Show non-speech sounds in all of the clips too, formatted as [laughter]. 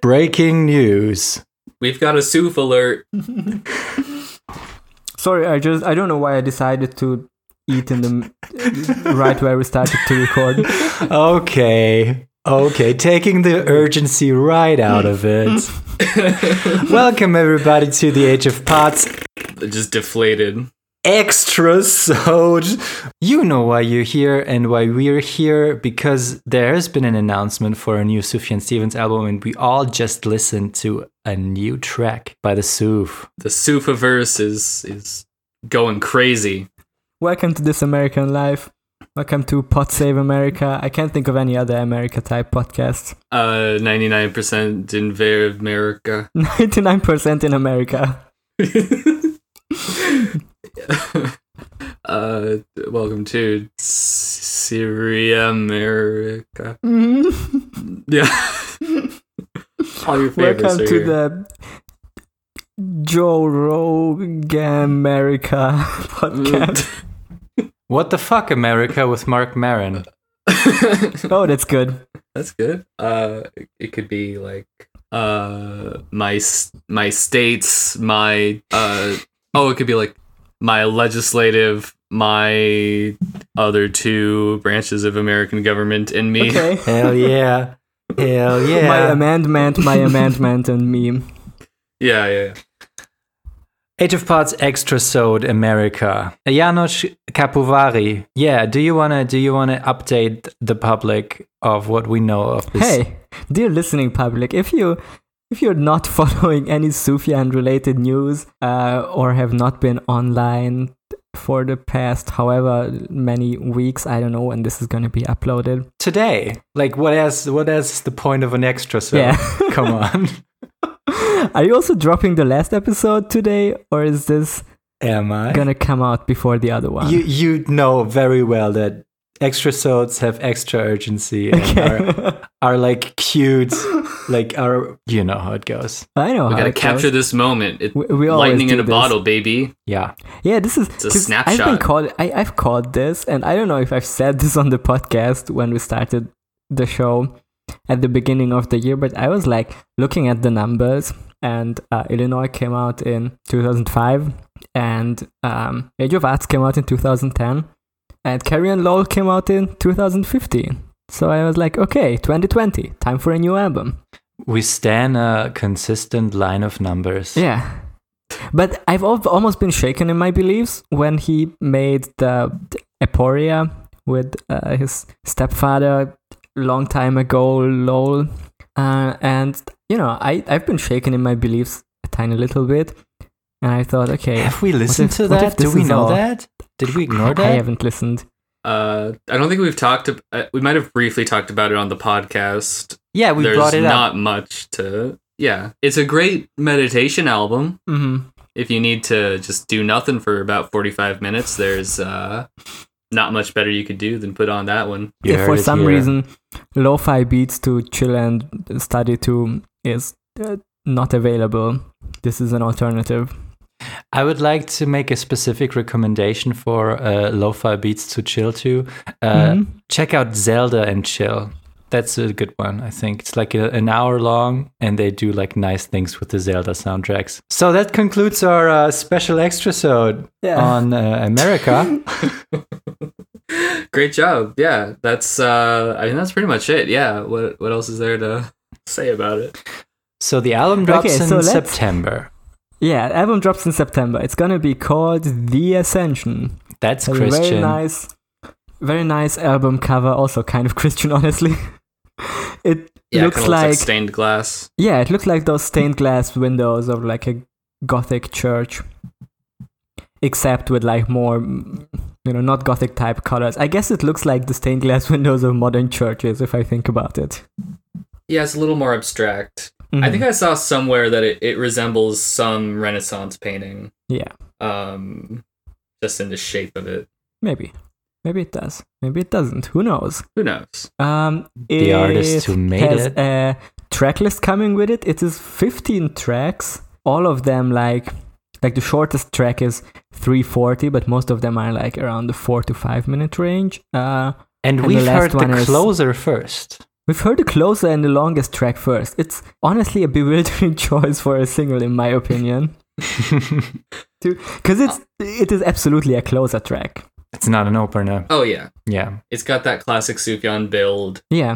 Breaking news. We've got a soof alert. Sorry, I just I don't know why I decided to eat in the [laughs] right where we started to record. Okay. Okay, taking the urgency right out of it. Welcome everybody to the Age of Pots Just deflated. extra sode. You know why you're here and why we're here because there has been an announcement for a new Sufjan Stevens album and we all just listened to a new track by the Suf. The Sufaverse is is going crazy. Welcome to this American life. Welcome to Pod Save America. I can't think of any other America type [laughs] podcast. Uh, ninety nine percent in ver America. Ninety nine percent in America. uh, welcome to Syria America. Yeah. [laughs] All your favorites [laughs] Welcome are to here. the Joe Rogan America [laughs] podcast. Mm. What the fuck America with Mark Maron? [laughs] oh, that's good. That's good. Uh, it could be like uh my s- my states, my uh oh, it could be like my legislative, my other two branches of American government, and me. Okay. [laughs] Hell yeah. Hell yeah. My amendment, my amendment, and me. [laughs] Yeah, yeah. yeah. Age of Pods extra sode America. Janos Kapuvari. Yeah, do you wanna do you wanna update the public of what we know of this? Hey, dear listening public, if you if you're not [laughs] following any Sufjan related news uh, or have not been online for the past however many weeks, I don't know when this is going to be uploaded. today. Like what else what else is the point of an extra sode? Yeah. [laughs] [laughs] Come on. Are you also dropping the last episode today or is this Am I? going to come out before the other one? you [laughs] you know very well that extra sodes have extra urgency and are, are like cute like are you know how it goes. [laughs] I know We how gotta it goes. capture this moment. It, We- we always lightning do in a this. bottle, baby. Yeah. Yeah, this is a 'cause I've been snapshot. called. I, I've called this, and I don't know if I've said [laughs] this on the podcast when we started the show at the beginning of the year, but I was like looking at the numbers, and uh, Illinois came out in 2005, and um, Age of Arts came out in 2010, and Carrion Lowell came out in 2015. So I was like, okay, 2020, time for a new album. We stand a consistent line of numbers. Yeah. But I've al- almost been shaken in my beliefs when he made the Eporia with uh, his stepfather long time ago, lol. Uh, and, you know, I, I've been shaken in my beliefs a tiny little bit. And I thought, okay, Have we listened if- to what if that? Do this we is know all- that? Did we ignore I that? haven't listened. Uh, I don't think we've talked. ab- Uh, we might have briefly talked about it on the podcast. Yeah, we There's brought it not up. much to. Yeah, it's a great meditation album. Mm-hmm. if you need to just do nothing for about 45 minutes there's uh not much better you could do than put on that one You If heard for it some here. reason, lo fi beats to chill and study to is uh, not available, this is an alternative. I would like to make a specific recommendation for uh, lo-fi beats to chill to. Uh, Mhm. Check out Zelda and Chill. That's a good one, I think. It's like a, an hour long, and they do like nice things with the Zelda soundtracks. So that concludes our uh, special extra sode Yeah. on uh, [laughs] America. great job yeah that's uh i mean that's pretty much it yeah what what else is there to say about it so the album drops Okay, in so let's- September. Yeah, album drops in September. It's gonna be called The Ascension. That's A Christian. Very nice, very nice album cover. Also, kind of [laughs] Christian, honestly. it yeah it looks, kinda like, stained glass yeah, it looks like those stained glass windows of like a gothic church, except with like more, mm, you know, not gothic type colors. I guess it looks like the stained glass [laughs] windows of modern churches if I think about it. yeah it's a little more abstract i think i saw somewhere that it, it resembles some renaissance painting Mm-hmm. Yeah. um just in the shape of it maybe, maybe it does. Maybe it doesn't. Who knows? who knows Um, The artist who made has it. a track list coming with it. It is 15 tracks, all of them like like the shortest track is 340, but most of them are like around the four to five minute range. Uh, and and we've the heard last the one is- closer first. We've heard the closer and the longest track first. It's honestly a bewildering [laughs] choice for a single, in my opinion, [laughs] because it's it is absolutely a closer track. it's not an opener. Oh yeah, Yeah. it's got that classic Sufjan build. Yeah,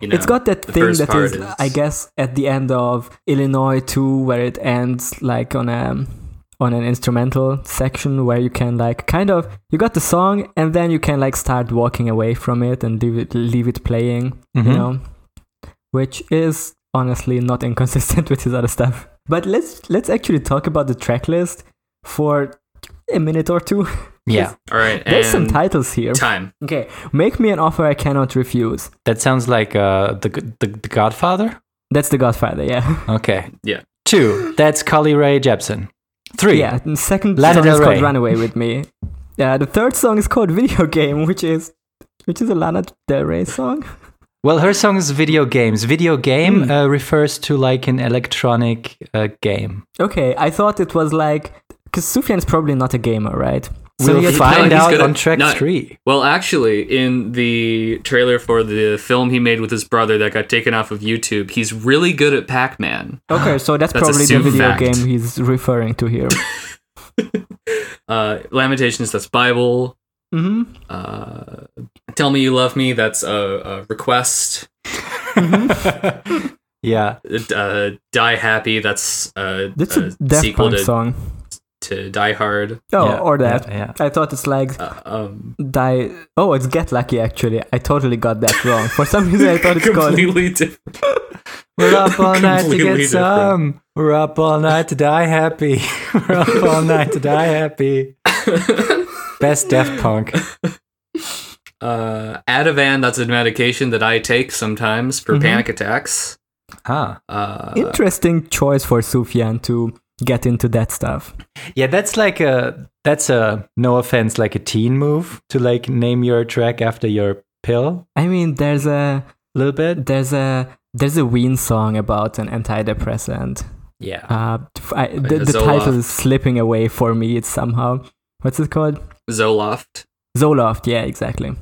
You know, it's got that the thing first that part is, I guess, at the end of Illinois Two, where it ends like on a on an instrumental section where you can like kind of you got the song and then you can like start walking away from it and leave it leave it playing. Mm-hmm. Mhm. you know, which is honestly not [laughs] inconsistent with his other stuff. But let's let's actually talk about the track list for a minute or two. [laughs] Yeah. All right, There's some and titles here. time. Okay, make me an offer I cannot refuse. That sounds like uh, the, the the Godfather. That's The Godfather, yeah. [laughs] Okay. Yeah. Two. That's Carly Rae Jepsen. Three. Yeah, and second Lana song Del is called Rey. Runaway with Me. Yeah, the third song is called [laughs] Video Game, which is which is a Lana Del Rey song. Well, her song is video games. Video game Hmm. uh, refers to like an electronic uh, game. Okay, I thought it was like because Sufjan is probably not a gamer, right? We'll he- find no, he's out gonna- on track no. three. Well, actually, in the trailer for the film he made with his brother that got taken off of YouTube, he's really good at Pac-Man. Okay, so that's, That's a probably the Sue video fact. game he's referring to [laughs] here. Uh, Lamentations, that's Bible. hmm Uh, Tell me you love me, that's a, a request. Yeah. Uh, Die happy, that's a, That's a a Daft Uh, sequel Punk to, song. to Die Hard. Oh, yeah, or that. Yeah. I thought it's like Uh, [laughs] um, die. Oh, it's Get Lucky. Actually, I totally got that wrong. For some reason, I [laughs] thought it's called. completely different. We're [laughs] up all night to Completely get different. some. We're up all night to die happy. [laughs] We're up all night to die [laughs] happy. Best Daft Punk. Uh, Ativan, that's a medication that I take sometimes for Mhm. panic attacks. Ah. Uh, Interesting choice for Sufjan to get into that stuff. Yeah, that's like a that's a no offense, like a teen move to like name your track after your pill I mean, there's a a little bit. there's a there's a Ween song about an antidepressant. Yeah. Uh, I, the, the Zoloft. title is slipping away for me. It's somehow what's it called? Zoloft. Zoloft, yeah, exactly.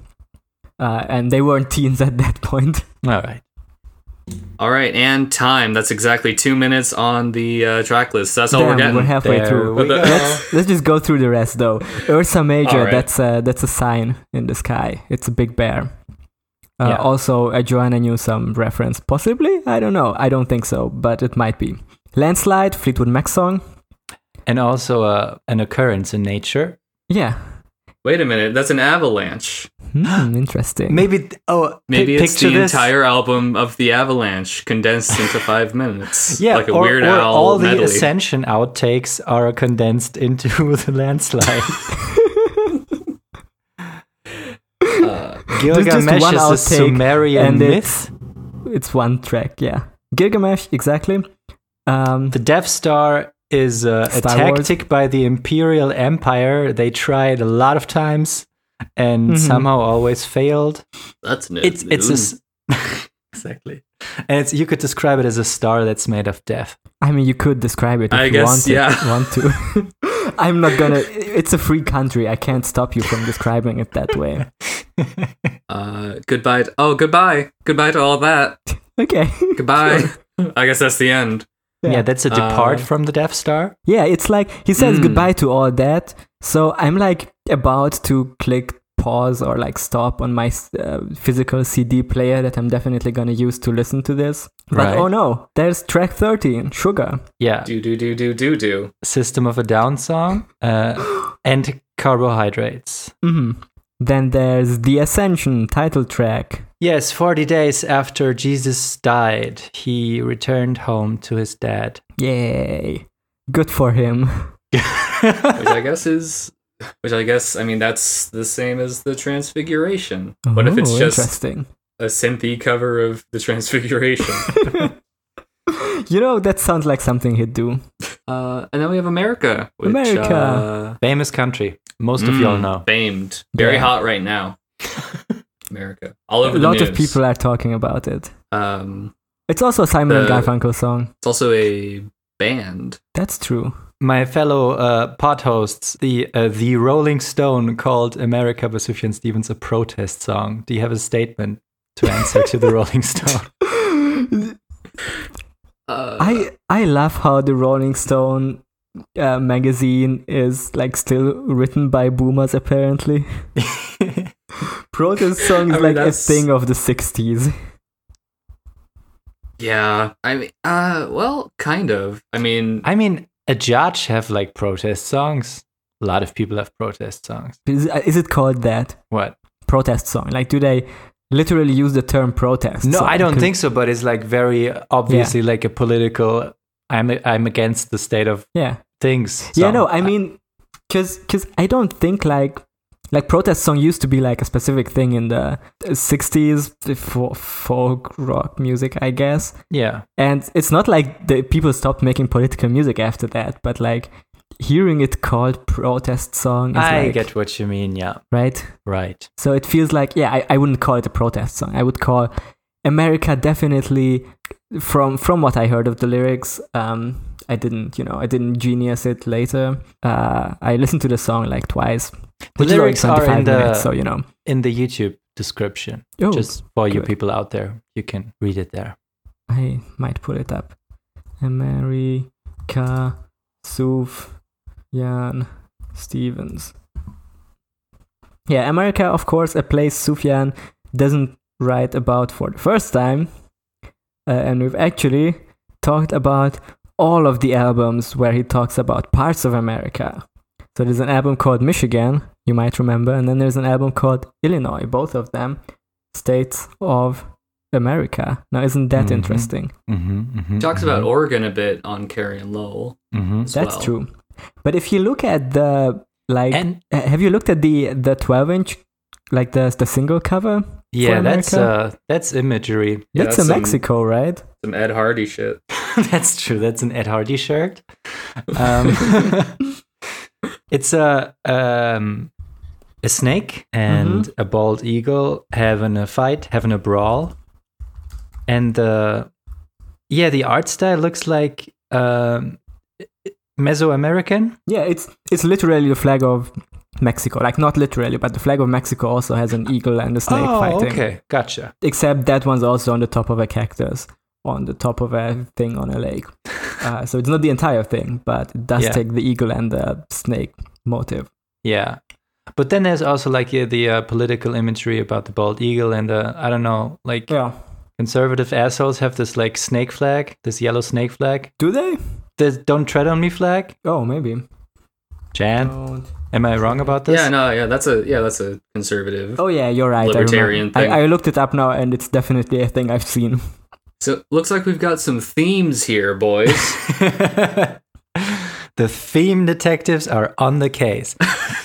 Uh, and they weren't [laughs] teens at that [laughs] point. All right. All right, and time. That's exactly two minutes on the uh, track list. That's all Damn, we're getting. halfway There [laughs] through. we go. Let's let's just go through the rest though. Ursa Major, Uh-huh. All right. that's a that's a sign in the sky. It's a big bear. Uh, Yeah. Also, a Joanna Newsom reference, possibly. I don't know. I don't think so, but it might be. Landslide, Fleetwood Mac song. And also uh, an occurrence in nature. Yeah, Wait a minute, that's an avalanche. Hmm, interesting. Maybe th- oh pi- Maybe it's picture the this. entire album of the avalanche condensed into five minutes. [laughs] yeah, like a or, Weird or Al all the medley. ascension outtakes are condensed [laughs] into the landslide. [laughs] Uh, Gilgamesh one is a outtake, Sumerian and myth. [laughs] It's one track. Yeah, Gilgamesh, exactly. Um, The Death Star is uh, a Star Wars. tactic by the Imperial Empire. They tried a lot of times and Mhm. somehow always failed. that's new. It's it's a s [laughs] exactly, and it's you could describe it as a star that's made of death. [laughs] I mean, you could describe it if I you guess, want, yeah. want to. [laughs] I'm not gonna. It's a free country. I can't stop you from describing it that way. uh, goodbye. To, oh, goodbye. Goodbye to all that. Okay. [laughs] Goodbye. I guess that's the end. Yeah, Yeah. that's a Uh, depart from the Death Star. Yeah, it's like he says Mm. goodbye to all that. So I'm like about to click pause or like stop on my uh, physical CD player that I'm definitely gonna use to listen to this. But Right. oh no, there's track 13, Sugar. Yeah, Do do do do do do. System of a Down song [gasps] uh, and carbohydrates. hmm Then there's The Ascension title track. Yes, 40 days after Jesus died, he returned home to his dad. [laughs] Yay. Good for him. Which I guess is. Which I guess I mean that's the same as the Transfiguration. What Oh, if it's Ooh, just interesting? a synthy cover of the Transfiguration? You know, that sounds like something he'd do. Uh, and then we have America. Which, America. uh, Famous country. Most of Hmm. y'all mm, know. Famed. Very Yeah. hot right [laughs] now. America. All over a the lot of news. people are talking about it. Um, It's also a Simon and The- Garfunkel song. it's also a band. That's [laughs] true. My fellow uh, pod hosts, the uh, the Rolling Stone called America by Sufjan Stevens a protest song. Do you have a statement to answer to [laughs] the Rolling Stone. Uh, I I love how the Rolling Stone uh, magazine is like still written by boomers apparently. [laughs] Protest songs I mean, like that's- a thing of the 60s. yeah. I mean, uh, well, kind of. I mean, I mean, a judge have like protest songs. A lot of people have protest songs. Is, is it called that? What? Protest song. Like do they literally use the term protest? No, song? I don't 'Cause- think so. But it's like very obviously like a political. I'm I'm against the state of Yeah. things. song. Yeah, Uh, no, I mean, cause, cause I don't think like like protest song used to be like a specific thing in the sixties for folk rock music, I guess. yeah, And it's not like the people stopped making political music after that, but like hearing it called protest song, is I like, get what you mean. Yeah, right. right. So it feels like yeah, I, I wouldn't call it a protest song. I would call America definitely from from what I heard of the lyrics. Um, I didn't you know I didn't genius it later. Uh, I listened to the song like twice. The which is only lyrics are 25 in the minutes, so you know. in the YouTube description. Oh, Just for you good. people out there, you can read it there. I might pull it up. America Suf Jan Stevens. Yeah, America, of course, a place Sufjan doesn't write about for the first time. Uh, and we've actually talked about all of the albums where he talks about parts of America. So there's an album called Michigan, you might remember, and then there's an album called Illinois, both of them states of America. Now, isn't that Mhm. interesting? Mm-hmm, he talks about Oregon a bit on Carrie and Lowell. hmm as That's well. true. But if you look at the like, And uh, have you looked at the the twelve inch, like the the single cover? yeah, that's uh, America? that's imagery. [laughs] Yeah, that's, that's a some- Mexico, right? Some Ed Hardy shit. that's true. That's an Ed Hardy shirt. Um, [laughs] it's a um, a snake and a bald eagle having a fight, having a brawl, and uh, yeah, the art style looks like um, Mesoamerican. Yeah, it's it's literally the flag of Mexico. Like not literally, but the flag of Mexico also has an eagle and a snake fighting. Oh, okay, gotcha. Except that one's also on the top of a cactus, on the top of a thing on a lake. Uh, so it's not the entire thing, but it does Yeah. take the eagle and the snake motive. Yeah. But then there's also like yeah, the uh, political imagery about the bald eagle and the I don't know like Yeah. conservative assholes have this like snake flag, this yellow snake flag, Do they? this "Don't Tread on Me" flag. Oh, maybe. Jan, Don't. am I wrong about this? Oh. yeah, no, yeah, that's a yeah, that's a conservative. Oh yeah, you're right. I remember. Libertarian I, thing. I, looked it up now, and it's definitely a thing I've seen. So looks like we've got some themes here, [laughs] boys. [laughs] the theme detectives are on the case.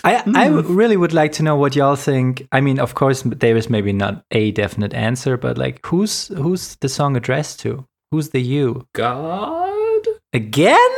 I, I Hmm. w- really would like to know what y'all think. I mean, of course, there is maybe not a definite answer, but like, who's who's the song addressed to? Who's the you God, again?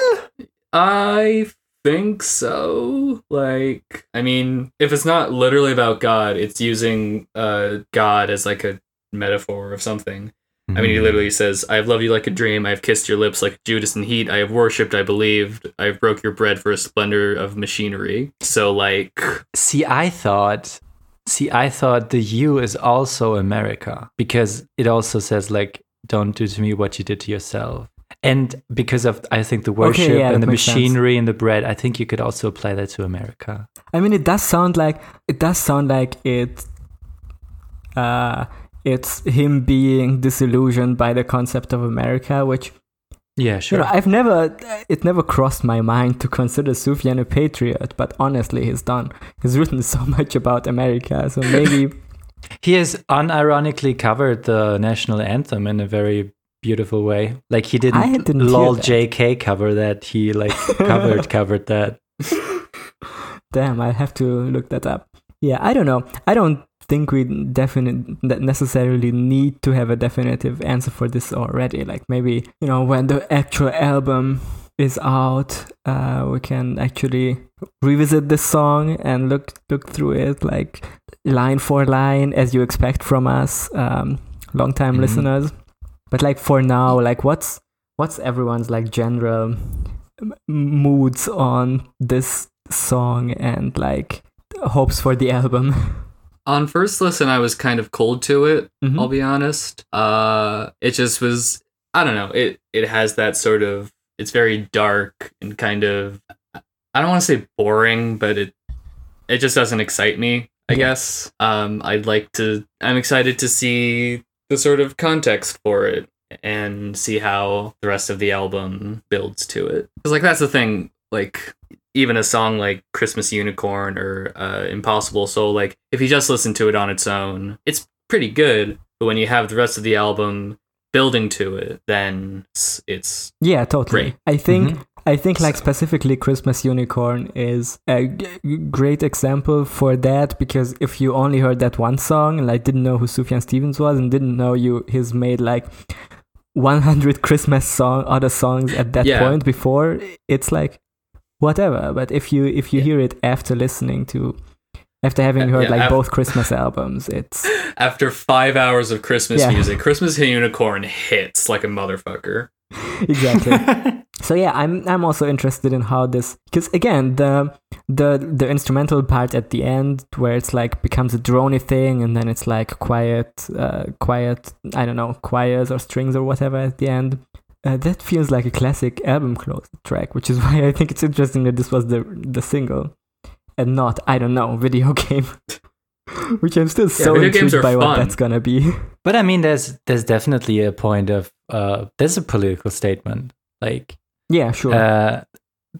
I think so. Like, I mean, if it's not literally about God, it's using uh God as like a metaphor of something. I Mm-hmm. mean, he literally says, "I have loved you like a dream. I have kissed your lips like Judas in heat. I have worshipped. I believed. I have broke your bread for a splendor of machinery." So, like, see, I thought, see, I thought the you is also America because it also says like, don't do to me what you did to yourself. And because of, I think the worship yeah, that and the makes sense. machinery and the bread, I think you could also apply that to America. I mean, it does sound like it does sound like it. Uh, it's him being disillusioned by the concept of America, which Yeah, sure. you know I've never. It never crossed my mind to consider Sufjan a patriot, but honestly, he's done. He's written so [laughs] much about America, so maybe He has unironically covered the national anthem in a very beautiful way. Like he didn't, I didn't hear lol that. JK cover that. He [laughs] like covered covered that. Damn, I'll have to look that up. Yeah, I don't know. I don't think we definite that necessarily need to have a definitive answer for this already. Like maybe you know when the actual album is out, uh, we can actually revisit this song and look look through it like line for line as you expect from us, um, long time Mhm. listeners. But like for now, like what's what's everyone's like general m- moods on this song and like hopes for the album. [laughs] on first listen, I was kind of cold to it. Mhm. I'll be honest. Uh, it just was. I don't know. It it has that sort of. It's very dark and kind of. I don't want to say boring, but it it just doesn't excite me. I guess. Um, I'd like to. I'm excited to see the sort of context for it and see how the rest of the album builds to it. Because like that's the thing. Like even a song like Christmas Unicorn or uh, Impossible Soul, like if you just listen to it on its own, it's pretty good. But when you have the rest of the album building to it, then it's, it's Yeah, totally. Great. Mm-hmm. I think I think like So- specifically Christmas Unicorn is a g- great example for that because if you only heard that one song and like didn't know who Sufjan Stevens was and didn't know you he's made like 100 Christmas song other songs at that Yeah. point before it's like whatever but if you if you Yeah. hear it after listening to after having Uh, heard yeah, like af- both Christmas [laughs] albums [laughs] it's after five hours of Christmas Yeah. music, Christmas Unicorn hits like a motherfucker. exactly So yeah, I'm I'm also interested in how this because again the the the instrumental part at the end where it's like becomes a drony thing and then it's like quiet uh, quiet I don't know choirs or strings or whatever at the end. Uh, that feels like a classic album close track, which is [laughs] why I think it's interesting that this was the the single and not I don't know video [laughs] game, which I'm still so video games intrigued are by what fun. that's gonna be. [laughs] But I mean, there's there's definitely a point of uh, there's a political statement. Like yeah, sure. uh,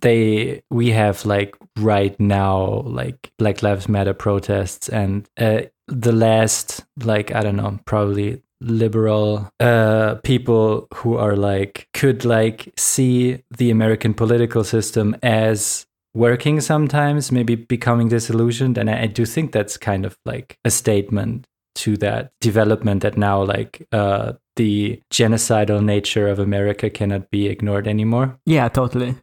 they we have like right now like Black Lives Matter protests and uh, the last like I don't know probably liberal uh, people who are like could like see the American political system as working sometimes maybe becoming disillusioned and I, I do think that's kind of like a statement to that development that now like uh, the genocidal nature of America cannot be ignored anymore yeah, totally.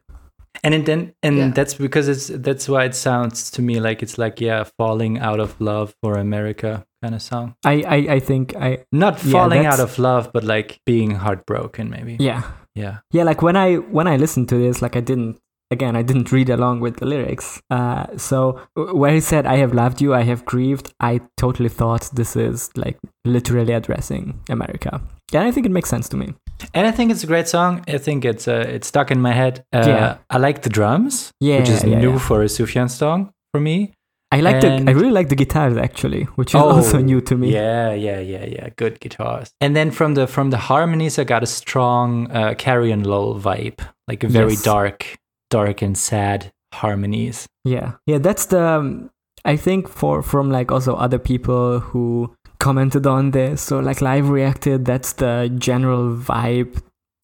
and it then and Yeah. that's because it's that's why it sounds to me like it's like yeah falling out of love for america kind of song I I, I think I not Yeah, falling that's- out of love but like being heartbroken maybe yeah. yeah yeah like when i when i listened to this like i didn't again i didn't read along with the lyrics uh so w- where he said i have loved you i have grieved i totally thought this is like literally addressing america and i think it makes sense to me and i think it's a great song i think it's uh, it's stuck in my head uh, Yeah. i like the drums yeah which is yeah, new yeah. for a sufjan song for me i like and- the i really like the guitars actually which is Oh, also new to me yeah yeah yeah yeah good guitars and then from the from the harmonies i got a strong uh, carrion lull vibe like a very Yes. dark dark and sad harmonies Yeah, yeah, that's the. um, I think for from like also other people who commented on this, so like live reacted. That's the general vibe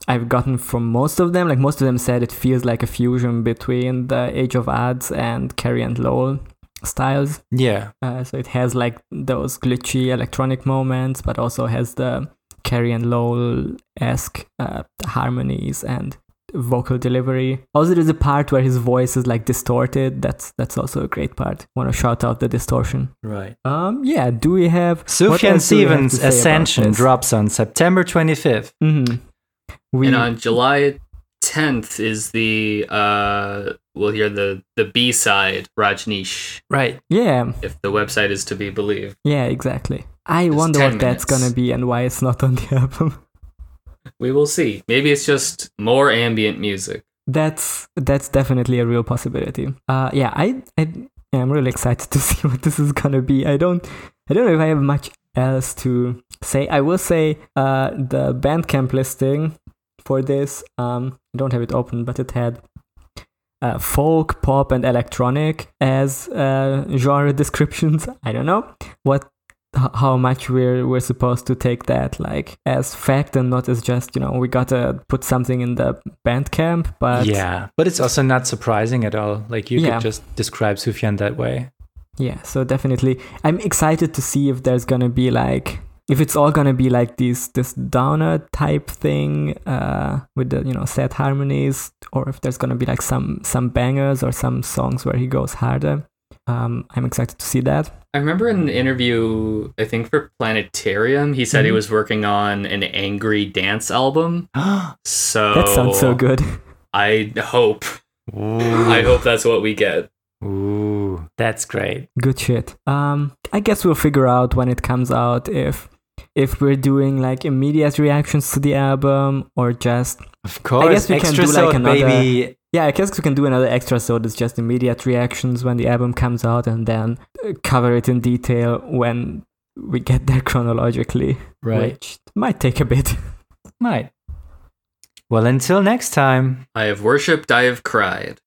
I've gotten from most of them. Like most of them said, it feels like a fusion between the Age of Ads and Carrie and Lowell styles. yeah Uh, so it has like those glitchy electronic moments, but also has the Carrie and Lowell esque uh, harmonies and vocal delivery. Also, there's a part where his voice is like distorted. That's that's also a great part. Want to shout out the distortion. right Um, yeah. Do we have what Sufjan else do we have to Stevens' say about Ascension this? drops on September 25th. Mhm. [laughs] We and uh, on July 10th is the uh we'll hear the the B side Rajneesh Right. yeah if the website is to be believed. yeah exactly. I It's wonder 10 what that's minutes. gonna be and why it's not on the [laughs] album. We will see. Maybe it's just more ambient music. that's that's definitely a real possibility uh yeah i i yeah, i'm really excited [laughs] to see what this is gonna be i don't i don't know if i have much else to say i will say uh the bandcamp listing for this um i don't have it open but it had uh, folk pop and electronic as uh genre [laughs] descriptions i don't know what h- how much we're we're supposed to take that like as fact and not as just you know we gotta put something in the bandcamp but yeah. But it's also not surprising at all. Like you Yeah. could just describe Sufjan that way. Yeah, so definitely. I'm excited to see if there's gonna be like if it's all gonna be like these this downer type thing uh with the you know sad harmonies or if there's gonna be like some some bangers or some songs where he goes harder. Um I'm excited to see that. I remember in an interview, I think for Planetarium, he said he Mhm. was working on an angry dance album. So Oh. That sounds so good. [laughs] I hope. I I hope that's what we get. Ooh, that's great. Good shit. Um, I guess we'll figure out when it comes out if if we're doing like immediate reactions to the album or just Of course, guess we can do, extra like, another- baby. yeah. I guess we can do another extra so that's just immediate reactions when the album comes out and then uh, cover it in detail when we get there chronologically, Right. which might take a bit. Might. Well, until next time. I have worshipped, I have cried.